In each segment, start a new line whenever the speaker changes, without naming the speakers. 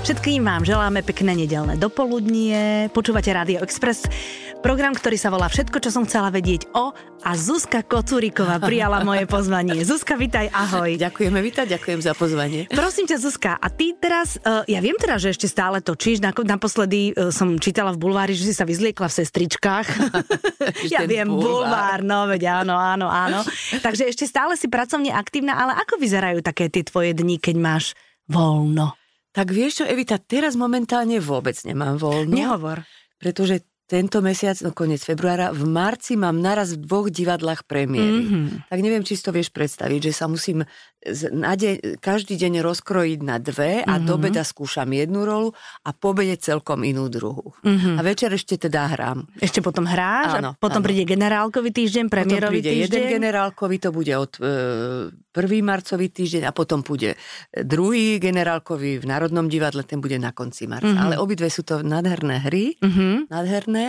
Všetkým vám želáme pekné nedelné dopoludnie. Počúvate Radio Express, program, ktorý sa volá Všetko, čo som chcela vedieť o a Zuzka Kocúriková prijala moje pozvanie. Zuzka, vitaj, ahoj.
Ďakujeme, víta, ďakujem za pozvanie.
Prosím ťa, Zuzka, a ty teraz, uh, ja viem teda, že ešte stále točíš, Nako- naposledy uh, som čítala v bulvári, že si sa vyzliekla v sestričkách. ja
Ten
viem,
bulvár.
bulvár, no veď áno, áno, áno. Takže ešte stále si pracovne aktívna, ale ako vyzerajú také tie tvoje dni, keď máš voľno?
Tak vieš čo, Evita, teraz momentálne vôbec nemám voľno,
Nehovor.
pretože tento mesiac, no koniec februára, v marci mám naraz v dvoch divadlách premiéry.
Mhm.
Tak neviem, či si to vieš predstaviť, že sa musím z- na deň, každý deň rozkrojiť na dve a
Mhm.
do beda skúšam jednu rolu a po obede celkom inú druhu.
Mhm.
A večer ešte teda hrám.
Ešte potom hráš
Áno,
a potom
áno.
príde generálkový týždeň,
Potom
premiérový
príde
týždeň.
jeden generálkovi, to bude od e, 1. marcový týždeň a potom bude druhý generálkovi v Národnom divadle, ten bude na konci marca.
Mhm.
Ale obidve sú to nádherné hry,
Mhm.
nádherné.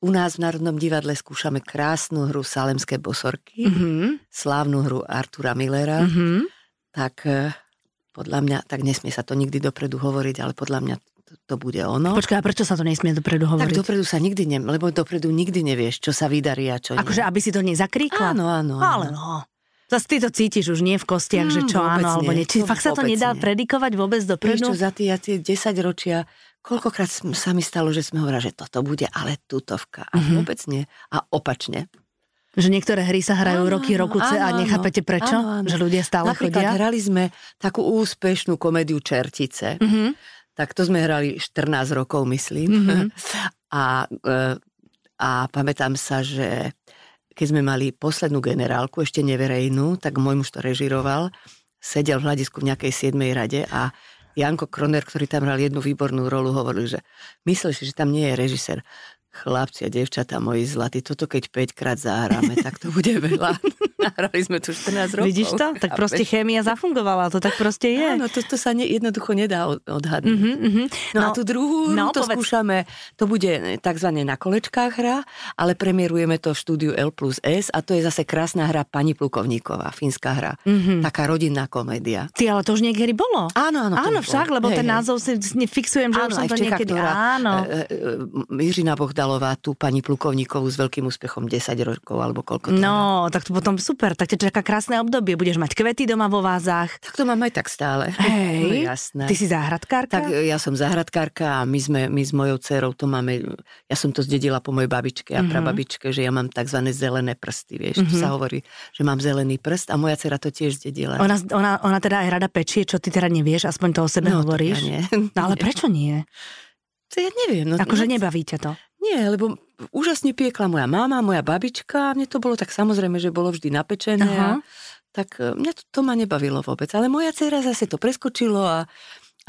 U nás v Národnom divadle skúšame krásnu hru Salemské bosorky,
Mhm.
slávnu hru Artura Millera,
Mhm.
tak e, podľa mňa, tak nesmie sa to nikdy dopredu hovoriť, ale podľa mňa to, to bude ono.
Počkaj, a prečo sa to nesmie dopredu
No. tak
hovoriť?
dopredu sa nikdy ne, lebo dopredu nikdy nevieš, čo sa vydarí a čo
Akože,
nie.
aby si to nezakríkla?
Áno, áno. áno.
Ale no. Zas ty to cítiš už nie v kostiach,
Mm,
že čo
vôbec
áno alebo nie.
nie.
Či
To
fakt sa to
vôbec
nedá
nie.
predikovať vôbec
Vieš
dopredu?
čo, za tie, tie 10 ročia, koľkokrát sm- sa mi stalo, že sme hovorili, že toto bude ale tutovka. A
Mhm.
vôbec nie. A opačne.
Že niektoré hry sa hrajú
Áno,
roky,
áno,
rokuce a
áno,
nechápete
áno,
prečo?
áno, áno.
Že ľudia stále
Napríklad
chodia?
hrali sme takú úspešnú komédiu Čertice.
Mhm.
Tak to sme hrali 14 rokov, myslím.
Mhm.
A, e, a pamätám sa, že keď sme mali poslednú generálku, ešte neverejnú, tak môj muž to režiroval, sedel v hľadisku v nejakej 7. rade a Janko Kroner, ktorý tam hral jednu výbornú rolu, hovoril, že myslíš, si, že tam nie je režisér. Chlapci a devčatá, moji zlatí, toto keď 5 krát zahráme, tak to bude veľa. Nahrali sme tu 14 rokov.
Vidíš to? Tak proste chémia zafungovala, to tak proste je.
Áno, to, to sa ne, jednoducho nedá od- odhadnúť.
Mhm, mhm.
No, no a tú druhú no,
no,
to
povedz.
skúšame, to bude tzv. na kolečkách hra, ale premiérujeme to v štúdiu L plus S a to je zase krásna hra Pani Plukovníková, fínska hra.
Mhm.
Taká rodinná komédia.
Ty, ale to už niekedy bolo.
Áno, áno. to
Áno,
už
však,
bolo.
lebo
Hej,
ten
hej.
názov si s- fixujem, že
Áno,
už som
aj v
to
Čechách
niekedy...
to hrá,
Áno.
e, e, e, Jiřina Bohdalová, tú pani plukovníkovú s veľkým úspechom 10 rokov, alebo koľko to má.
No, tak to potom super, tak ťa čaká krásne obdobie, budeš mať kvety doma vo vázach.
Tak to mám aj tak stále. No,
Hej,
jasné.
ty si záhradkárka?
Tak e, ja som zahradkárka a my sme, my s mojou dcerou to máme, ja som to zdedila po mojej babičke a
Mhm.
prababičke, že ja mám tzv. zelené prsty, vieš, mm
Mhm.
sa hovorí, že mám zelený prst a moja dcera to tiež zdedila.
Ona, ona, ona teda aj rada pečie, čo ty teda nevieš, aspoň to o sebe
no,
hovoríš.
tak Ja, nie.
No ale
Nie.
prečo nie?
To ja neviem. No,
Akože
no,
nebaví ťa to.
Nie, lebo úžasne piekla moja mama, moja babička a mne to bolo tak samozrejme, že bolo vždy napečené. A,
Aha.
tak e, mňa to, to ma nebavilo vôbec. Ale moja dcera zase to preskočilo a,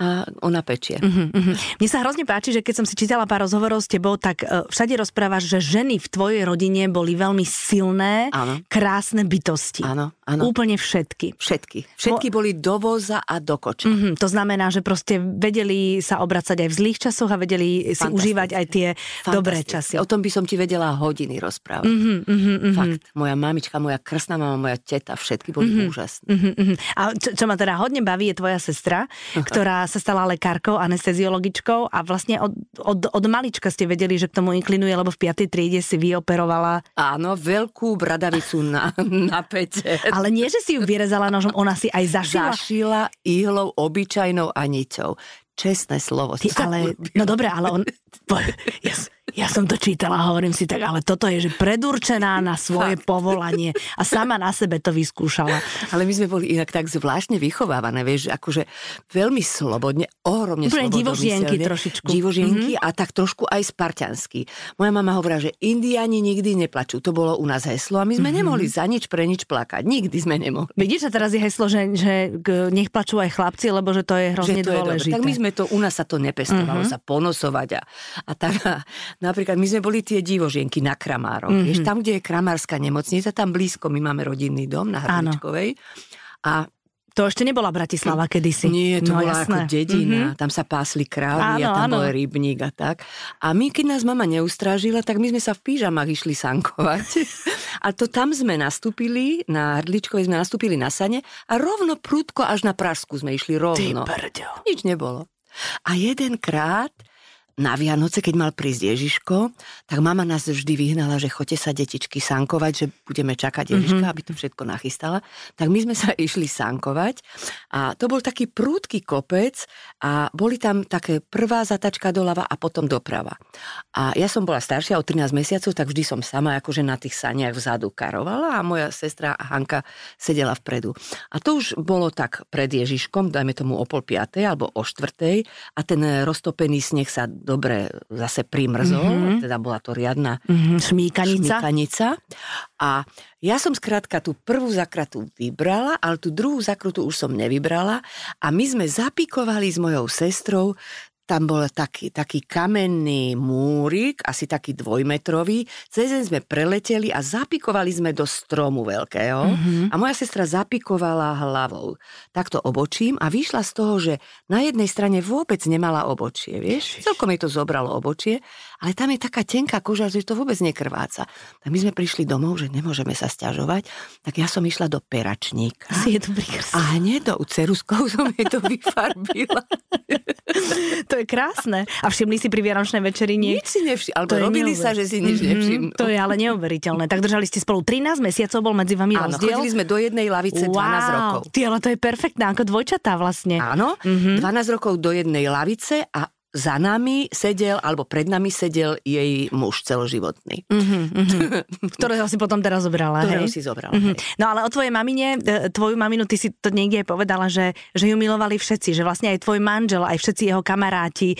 a ona pečie.
Uh-huh, uh-huh. Mne sa hrozne páči, že keď som si čítala pár rozhovorov s tebou, tak eh, všade rozprávaš, že ženy v tvojej rodine boli veľmi silné,
Áno,
krásne bytosti.
áno, áno.
Úplne všetky.
Všetky. Všetky boli do voza a do koča.
Mm-hmm, to znamená, že proste vedeli sa obracať aj v zlých časoch a vedeli si
Fantastické.
užívať aj tie dobré
Fantastické.
časy.
O tom by som ti vedela hodiny rozprávať. Mm.
Mm-hmm, mm-hmm, mm-hmm.
Fakt. Moja mamička, moja krsná mama, moja teta, všetky boli
Mhm.
mm. úžasné.
Mhm, mhm. A čo, čo ma teda hodne baví, je tvoja sestra, ktorá sa stala lekárkou, anesteziologičkou a vlastne od, od, od malička ste vedeli, že k tomu inklinuje, lebo v 5. triede si vyoperovala.
Áno, veľkú bradavicu na, na pete.
Ale nie, že si ju vyrezala nožom, ona si aj zašila.
Zašila ihlou, obyčajnou a niťou. Čestné slovo.
Ty, ale, no dobre, ale on... Po, ja, s- ja som to čítala, a hovorím si tak, ale toto je, že predurčená na svoje povolanie a sama na sebe to vyskúšala.
ale my sme boli inak tak zvláštne vychovávané, vieš, akože veľmi slobodne, ohromne
Úplne
slobodne.
divožienky trošičku. Mhm.
Divožienky mm-hmm. a tak trošku aj spartiansky. Moja mama hovorila, že Indiani nikdy neplačú. To bolo u nás heslo a my sme
Mhm.
mm-hmm. nemohli za nič pre nič plakať. Nikdy sme nemohli.
Vidíš, a teraz je heslo, že, že k- nech plačú aj chlapci, lebo že to je
že to
hrozne
je dobre.
dôležité.
Tak my sme to, u nás sa to nepestovalo,
Mhm.
sa ponosovať. A, a tak, napríklad my sme boli tie divožienky na Kramároch.
Mhm.
Vieš, tam, kde je Kramárska nemocnica, tam blízko, my máme rodinný dom na
Áno.
Hrničkovej. A
To ešte nebola Bratislava kedysi.
Mm. nie, to
no,
bola
jasné. Mhm.
ako dedina, tam sa pásli krávy
Áno,
a tam
áno.
bol rybník a tak. A my, keď nás mama neustrážila, tak my sme sa v pížamách išli sankovať. A to tam sme nastúpili, na Hrdličkovej sme nastúpili na sane a rovno prúdko až na Pražsku sme išli
Ty
rovno.
brďo.
Nič nebolo. A jedenkrát na Vianoce, keď mal prísť Ježiško, tak mama nás vždy vyhnala, že chote sa detičky sankovať, že budeme čakať Ježiška, mm-hmm. aby to všetko nachystala. Tak my sme sa išli sankovať a to bol taký prúdky kopec a boli tam také prvá zatačka doľava a potom doprava. A ja som bola staršia o 13 mesiacov, tak vždy som sama akože na tých saniach vzadu karovala a moja sestra Hanka sedela vpredu. A to už bolo tak pred Ježiškom, dajme tomu o pol piatej alebo o štvrtej a ten roztopený sneh sa dobre zase primrzol, mm-hmm. teda bola to riadna
Mm-hmm. Šmíkanica.
šmikanica. A ja som skrátka tú prvú zakratu vybrala, ale tú druhú zakratu už som nevybrala a my sme zapikovali s mojou sestrou tam bol taký, taký kamenný múrik, asi taký dvojmetrový. Cez deň sme preleteli a zapikovali sme do stromu veľkého.
Mhm.
Mm-hmm.
Hm?
A moja sestra zapikovala hlavou. Takto obočím a vyšla z toho, že na jednej strane vôbec nemala obočie, vieš? Celkom jej to zobralo obočie, ale tam je taká tenká koža, že to vôbec nekrváca. Tak my sme prišli domov, že nemôžeme sa stiažovať, tak ja som išla do peračníka.
Si je dobrý krst.
A hneď do ceruskou som jej to vyfarbila.
To je krásne. A všimli si pri Vianočnej večeri nie?
Nič si nevšimli. Alebo
To je
robili
neuver- Mhm.
sa, že si nič mm-hmm. nevšimli.
To je ale neuveriteľné. Tak držali ste spolu 13 mesiacov, bol medzi vami
Áno,
rozdiel.
chodili sme do jednej lavice 12 rokov.
Ty, ale to je perfektné, ako dvojčatá vlastne.
Áno, mm-hmm. 12 rokov do jednej lavice a za nami sedel, alebo pred nami sedel jej muž celoživotný,
Mhm, mhm. Ktorého si potom teraz zobrala,
ktorého
hej?
si zobral.
Mhm.
Mm-hmm.
No ale o tvojej mamine, e, tvoju maminu, ty si to niekde aj povedala, že, že ju milovali všetci, že vlastne aj tvoj manžel, aj všetci jeho kamaráti, e,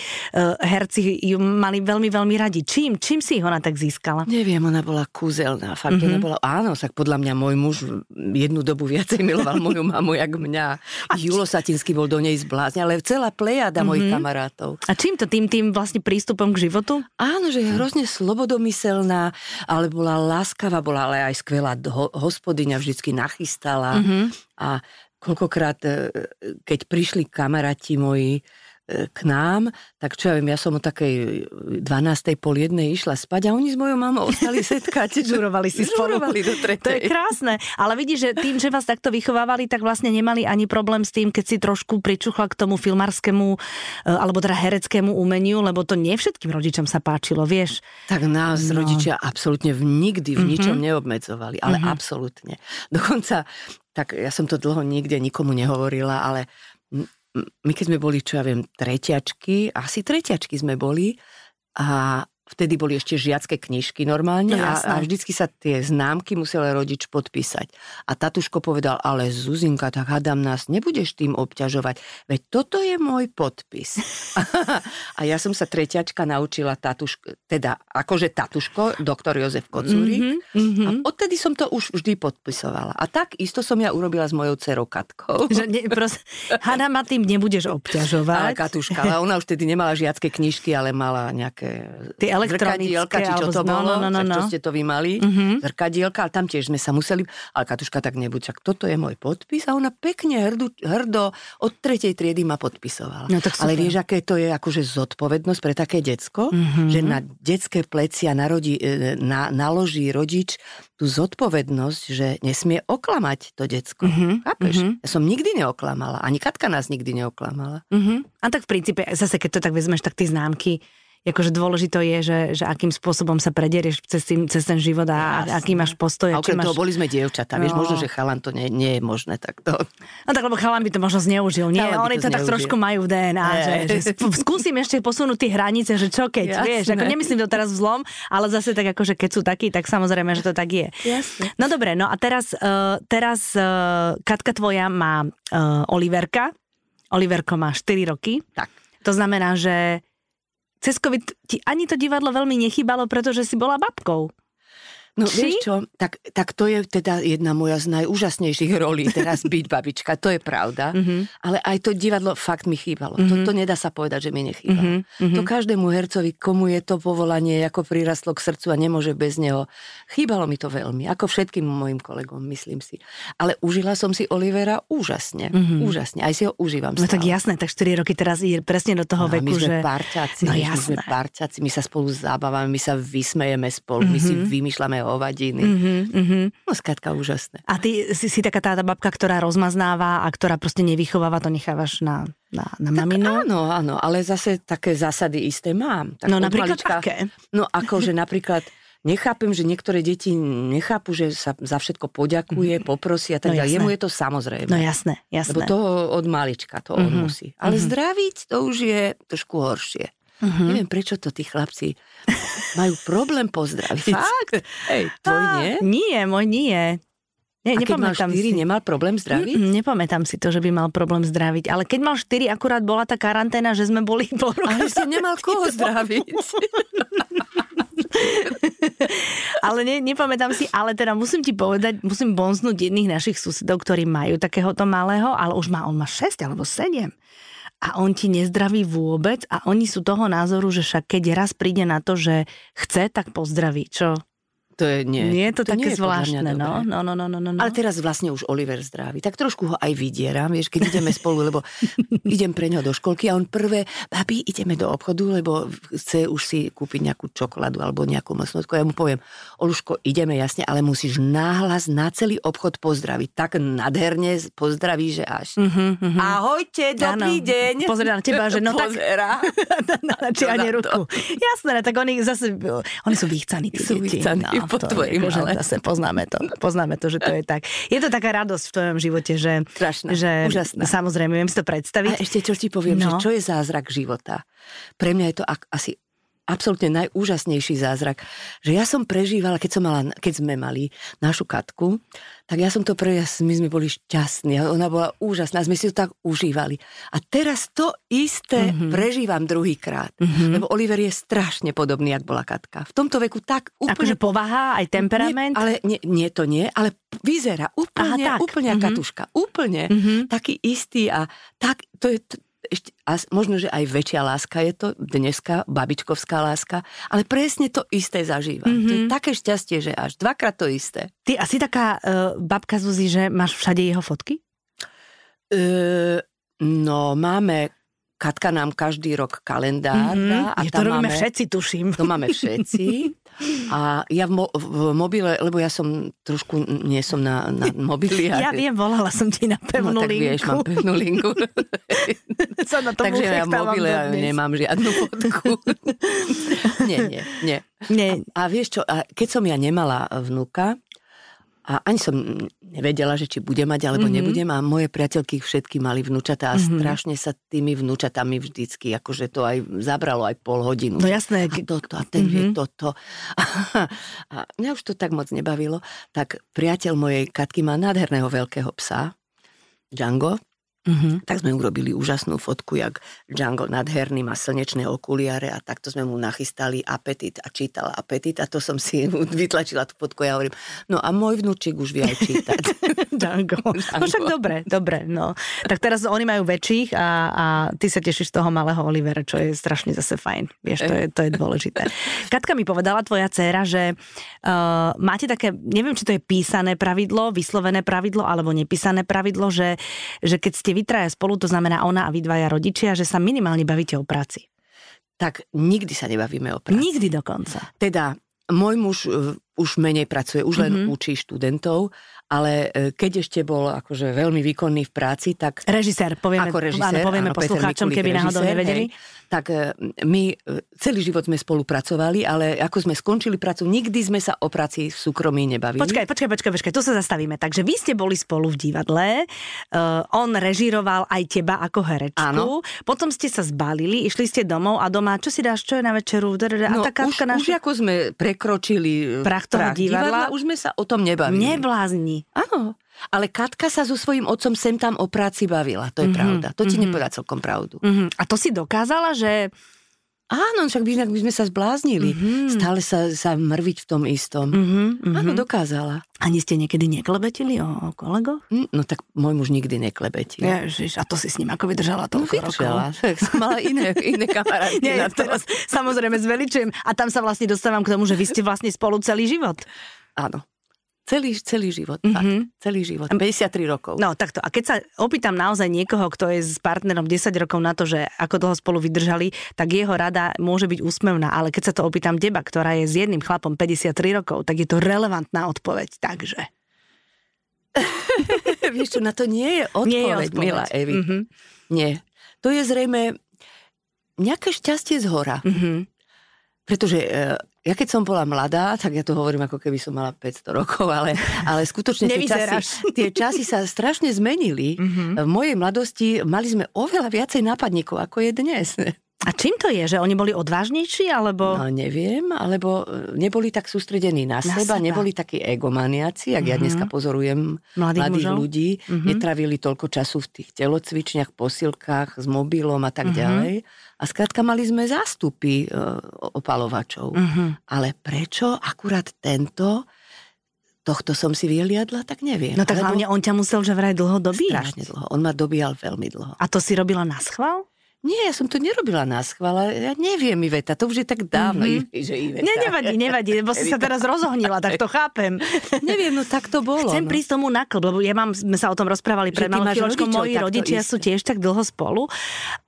herci ju mali veľmi, veľmi radi. Čím, čím si ho ona tak získala?
Neviem, ona bola kúzelná. Fakt, mm-hmm. ona bola, áno, tak podľa mňa môj muž jednu dobu viacej miloval moju mamu, jak mňa. A Julo Satinský bol do nej zblázne, ale celá plejada mm-hmm. mojich kamarátov. Mhm.
A čím to tým, tým vlastne prístupom k životu?
Áno, že je hrozne slobodomyselná, ale bola láskavá, bola ale aj skvelá ho- hospodyňa, vždycky nachystala. Mm-hmm.
Mhm.
A koľkokrát, e, keď prišli kamaráti moji e, k nám, tak čo ja viem, ja som o takej 12. pol jednej išla spať a oni s mojou mamou ostali setkať.
Žurovali si spolu.
Žurovali do
To je
tretej.
krásne, ale vidíš, že tým, že vás takto vychovávali, tak vlastne nemali ani problém s tým, keď si trošku pričuchla k tomu filmarskému e, alebo teda hereckému umeniu, lebo to nie všetkým rodičom sa páčilo, vieš.
Tak nás
No.
no. rodičia absolútne v, nikdy v ničom neobmedzovali, ale
Mhm.
absolútne. Dokonca, tak ja som to dlho nikde nikomu nehovorila, ale m- m- my keď sme boli, čo ja viem, tretiačky, asi tretiačky sme boli a vtedy boli ešte žiacké knižky normálne
No,
a,
jasné.
a vždycky sa tie známky musel rodič podpísať. A tatuško povedal, ale Zuzinka, tak hádam nás, nebudeš tým obťažovať, veď toto je môj podpis. A ja som sa treťačka naučila tatuško, teda akože tatuško, doktor Jozef Kocúrik.
Mhm, mhm.
Mm-hmm. A odtedy som to už vždy podpisovala. A tak isto som ja urobila s mojou dcerou Katkou.
Že ne, proste, Hana ma tým nebudeš obťažovať.
Ale Katuška, ale ona už vtedy nemala žiacké knižky, ale mala nejaké
Tie elektronické,
zrkadielka, či čo
alebo
to
z- no,
bolo,
no, no,
tak čo
no.
ste to vy mali,
Hm? Mhm,
mm-hmm. zrkadielka, ale tam tiež sme sa museli, ale Katuška tak nebuď, tak toto je môj podpis a ona pekne hrdu, hrdo od tretej triedy ma podpisovala.
No, tak
ale
super.
vieš, aké to je akože zodpovednosť pre také decko,
Mhm.
mm-hmm. že na detské plecia narodí, e, na, naloží rodič tú zodpovednosť, že nesmie oklamať to decko.
Mhm,
Chápeš?
mhm.
Ja som nikdy neoklamala, ani Katka nás nikdy neoklamala.
Mhm. A tak v princípe, zase keď to tak vezmeš, tak tie známky, akože dôležité je, že, že akým spôsobom sa prederieš cez, tým, cez ten život a
Jasné.
Jasne. aký máš postoj.
A
A či
okrem
máš...
toho boli sme dievčatá, vieš,
No.
možno, že chalan to nie, nie je možné takto.
No tak lebo chalan by to možno zneužil. Nie,
Chalan by
oni
to
to, tak
zneužil.
trošku majú v DNA,
Hej.
že, že sp- skúsim ešte posunúť tie hranice, že čo keď,
Jasné.
vieš, ako nemyslím to teraz vzlom, ale zase tak akože keď sú takí, tak samozrejme, že to tak je.
Jasne.
No dobre, no a teraz, uh, teraz uh, Katka tvoja má uh, Oliverka. Oliverko má 4 roky.
Tak.
To znamená, že cez COVID ti ani to divadlo veľmi nechýbalo, pretože si bola babkou.
No
Či?
vieš čo, tak, tak to je teda jedna moja z najúžasnejších rolí teraz byť babička, to je pravda.
Mhm.
Mm-hmm. Ale aj to divadlo fakt mi chýbalo. Mm-hmm. To, to nedá sa povedať, že mi nechýbalo.
Mhm,
Mm-hmm. To každému hercovi, komu je to povolanie, ako prirastlo k srdcu a nemôže bez neho. Chýbalo mi to veľmi, ako všetkým mojim kolegom, myslím si. Ale užila som si Olivera úžasne, mm-hmm. úžasne. Aj si ho užívam
Mhm. No tak
stále.
jasné, tak 4 roky teraz ide presne do
No,
toho
a
veku,
my sme
že...
parťaci,
No
my sme
jasné. Mhm.
parťaci, my sa spolu zabávame, my sa vysmejeme spolu, mm-hmm. my si vymýšľame rôzne ovadiny.
Mm-hmm, mm-hmm.
No skratka úžasné.
A ty si, si taká tá, tá babka, ktorá rozmaznáva a ktorá proste nevychováva, to nechávaš na, na, na maminu?
Áno, áno, ale zase také zásady isté mám. Tak
no
od
napríklad
malička-
aké?
No akože napríklad nechápem, že niektoré deti nechápu, že sa za všetko poďakuje, poprosí a tak
No
ďalej.
jasné.
Jemu je to samozrejme.
No jasné, jasné.
Lebo to od malička, to on
Mhm.
musí. Ale
Mhm.
zdraviť to už je trošku horšie.
Mhm.
Neviem, prečo to tí chlapci majú problém pozdraviť.
Fakt?
Hej, tvoj
Á,
nie?
Nie, môj nie. Nie,
A keď mal
nepamätám
4,
si.
nemal problém zdraviť?
Mm, nepamätám si to, že by mal problém zdraviť. Ale keď mal 4, akurát bola tá karanténa, že sme boli pol roka.
Ale si nemal koho zdraviť.
Ale ne, nepamätám si, ale teda musím ti povedať, musím bonznúť jedných našich susedov, ktorí majú takéhoto malého, ale už má, on má 6 alebo 7. A on ti nezdraví vôbec a oni sú toho názoru, že však keď raz príde na to, že chce, tak pozdraví. Čo?
To je nie.
Nie je to, také
nie je podľa mňa
zvláštne,
dobré.
no? No, no, no, no, no. no.
Ale teraz vlastne už Oliver zdraví. Tak trošku ho aj vydieram, vieš, keď ideme spolu, lebo idem pre ňo do školky a on prvé, babi, ideme do obchodu, lebo chce už si kúpiť nejakú čokoládu alebo nejakú mlsnotku. Ja mu poviem, Oluško, ideme jasne, ale musíš náhlas na celý obchod pozdraviť. Tak nádherne pozdraví, že až.
Mhm, mhm.
Ahojte, dobrý
Áno.
deň.
Pozerá na teba, že no tak-
Pozerá.
na načianie
Čo na to?
ruku. Jasné, no, tak oni zase, oni sú vychcaní. tí
Sú
deti. no,
vychcaní, po
to je
tvojim,
akože
ale-
Zase poznáme to, no, poznáme to, že to je tak. Je to taká radosť v tvojom živote, že,
Strašná,
že
úžasná.
samozrejme, viem si to
A
predstaviť.
ešte čo ti poviem,
No.
že čo je zázrak života? Pre mňa je to ak, asi absolútne najúžasnejší zázrak, že ja som prežívala, keď, som mala, keď sme mali našu Katku, tak ja som to pre, ja- my sme boli šťastní, a ona bola úžasná, sme si to tak užívali. A teraz to isté
Mhm.
mm-hmm. prežívam druhýkrát, mm-hmm. lebo Oliver je strašne podobný, jak bola Katka. V tomto veku tak úplne
Akože povaha, aj temperament.
nie, ale nie, nie, to nie, ale p- vyzerá úplne,
Aha,
Aha,
tak.
úplne mm-hmm.
Mhm.
katuška. Úplne.
Mhm.
Taký istý a tak, to je t- ešte, a s- možno, že aj väčšia láska je to, dneska babičkovská láska, ale presne to isté zažívam. Mm-hmm. To je
Mhm.
také šťastie, že až dvakrát to isté.
Ty asi taká uh, babka Zuzi, že máš všade jeho fotky?
E, no, máme, Katka nám každý rok kalendár
Mhm.
dá a
Je,
tam
to robíme
máme, No,
všetci, tuším.
To máme všetci. A ja v, mo- v mobile, lebo ja som trošku, nie som na, na mobili.
Ja
ale-
viem, volala som ti na pevnú
no, tak
linku.
vieš, mám pevnú linku.
Sa na tomu
Takže ja v
uchechtávam
mobile
dodnes.
nemám žiadnu fotku. nie, nie, nie.
Nie,
A vieš čo, a keď som ja nemala vnuka, a ani som nevedela, že či bude mať alebo
Mhm.
mm-hmm. nebudem a moje priateľky všetky mali vnúčatá a
Mhm.
mm-hmm. strašne sa tými vnúčatami vždycky, akože to aj zabralo aj pol hodinu.
no
že a
jasné.
toto a ten vie
Mhm.
toto. A mňa už to tak moc nebavilo. Tak priateľ mojej Katky má nádherného veľkého psa, Django,
Mhm.
tak sme urobili úžasnú fotku, jak Django nadherný má slnečné okuliare a takto sme mu nachystali apetit a čítal apetit a to som si vytlačila tú fotku a ja hovorím, no a môj vnúčik už vie aj čítať.
Django. No
Django.
však dobre, dobre. No. Tak teraz oni majú väčších a, a ty sa tešíš z toho malého Olivera, čo je strašne zase fajn. Vieš, to je, to je dôležité. Katka mi povedala, tvoja dcéra, že uh, máte také, neviem, či to je písané pravidlo, vyslovené pravidlo alebo nepísané pravidlo, že, že keď ste vy traja spolu, to znamená ona a vy dvaja rodičia, že sa minimálne bavíte o práci.
tak nikdy sa nebavíme o práci.
Nikdy dokonca.
Teda môj muž eh, už menej pracuje, už len
Mhm.
mm-hmm. učí študentov, ale eh, keď ešte bol akože veľmi výkonný v práci, tak
Režisér, povieme,
ako režisér,
áno, povieme
áno, Peter
poslucháčom,
Mikulík,
keby náhodou
režisér,
nevedeli.
hej. tak e, my e, celý život sme spolupracovali, ale ako sme skončili prácu, nikdy sme sa o práci v súkromí nebavili.
Počkaj, počkaj, počkaj, počkaj, tu sa zastavíme. Takže vy ste boli spolu v divadle, uh, on režíroval aj teba ako herečku,
Áno.
potom ste sa zbalili, išli ste domov a doma, čo si dáš, čo je na večeru, drrr, a
No,
tá
už,
Katka
už
naša...
ako sme prekročili e,
Prach toho divadla,
už sme sa o tom nebavili.
Neblázni.
Áno, ale Katka sa so svojím otcom sem tam o práci bavila, to je
Mhm,
mm-hmm, pravda. To ti
mhm.
mm-hmm. nepovedá celkom pravdu.
Mhm. A to si dokázala, že...
Áno, však by inak by sme sa zbláznili.
Mhm.
Mm-hmm. Stále sa, sa mrviť v tom istom. Mm-hmm.
Mhm, mhm.
Áno, dokázala.
Ani ste niekedy neklebetili o, o kolegoch?
Hm, No tak môj muž nikdy neklebetil.
Ježiš, a to si s ním ako vydržala
No,
toľko rokov?
vydržala. Tak som mala iné, iné kamarátky
Nie,
na
ja
to.
teraz samozrejme zveličujem. A tam sa vlastne dostávam k tomu, že vy ste vlastne spolu celý život.
Áno. Celý, celý život, mm-hmm. fakt, celý život, 53 rokov.
No takto, a keď sa opýtam naozaj niekoho, kto je s partnerom 10 rokov na to, že ako dlho spolu vydržali, tak jeho rada môže byť úsmevná, ale keď sa to opýtam teba, ktorá je s jedným chlapom 53 rokov, tak je to relevantná odpoveď, takže.
Vieš čo, na to nie je odpoveď,
Nie je odpoveď.
milá Evi.
Mhm.
Nie. To je zrejme nejaké šťastie z hora.
Mhm.
Pretože e, ja keď som bola mladá, tak ja to hovorím ako keby som mala 500 rokov, ale, ale skutočne tie
Nevyzeráš.
časy, tie časy sa strašne zmenili. V mojej mladosti mali sme oveľa viacej nápadníkov, ako je dnes.
A čím to je, že oni boli odvážnejší, alebo...
No neviem, alebo e, neboli tak sústredení na,
Na
seba,
seba. Mhm.
neboli takí egomaniaci, ak ja dneska pozorujem
Mladých
No, mladých,
mužov? Mhm.
ľudí, netravili toľko času v tých telocvičniach, posilkách, s mobilom a
Mhm.
tak ďalej. A skrátka mali sme zástupy e, opalovačov.
Mhm.
Ale prečo akurát tento, tohto som si vyhliadla, tak neviem.
No tak
Alebo
hlavne on ťa musel že vraj dlho dobíjať.
Strašne dlho. On ma dobíjal veľmi dlho.
A to si robila na schvál?
Nie, ja som to nerobila na schvál, ale ja neviem, Iveta, to už je tak dávno,
Mhm.
mm-hmm. že Iveta.
Ne, nevadí, nevadí, lebo si sa teraz rozohnila, tak to chápem.
neviem, no tak to bolo. no.
Chcem prísť tomu na klb, lebo ja mám, sme sa o tom rozprávali
Že
pred
ty
malou
máš
chvíľočkou,
rodičov
moji
takto
rodičia
isté.
sú tiež tak dlho spolu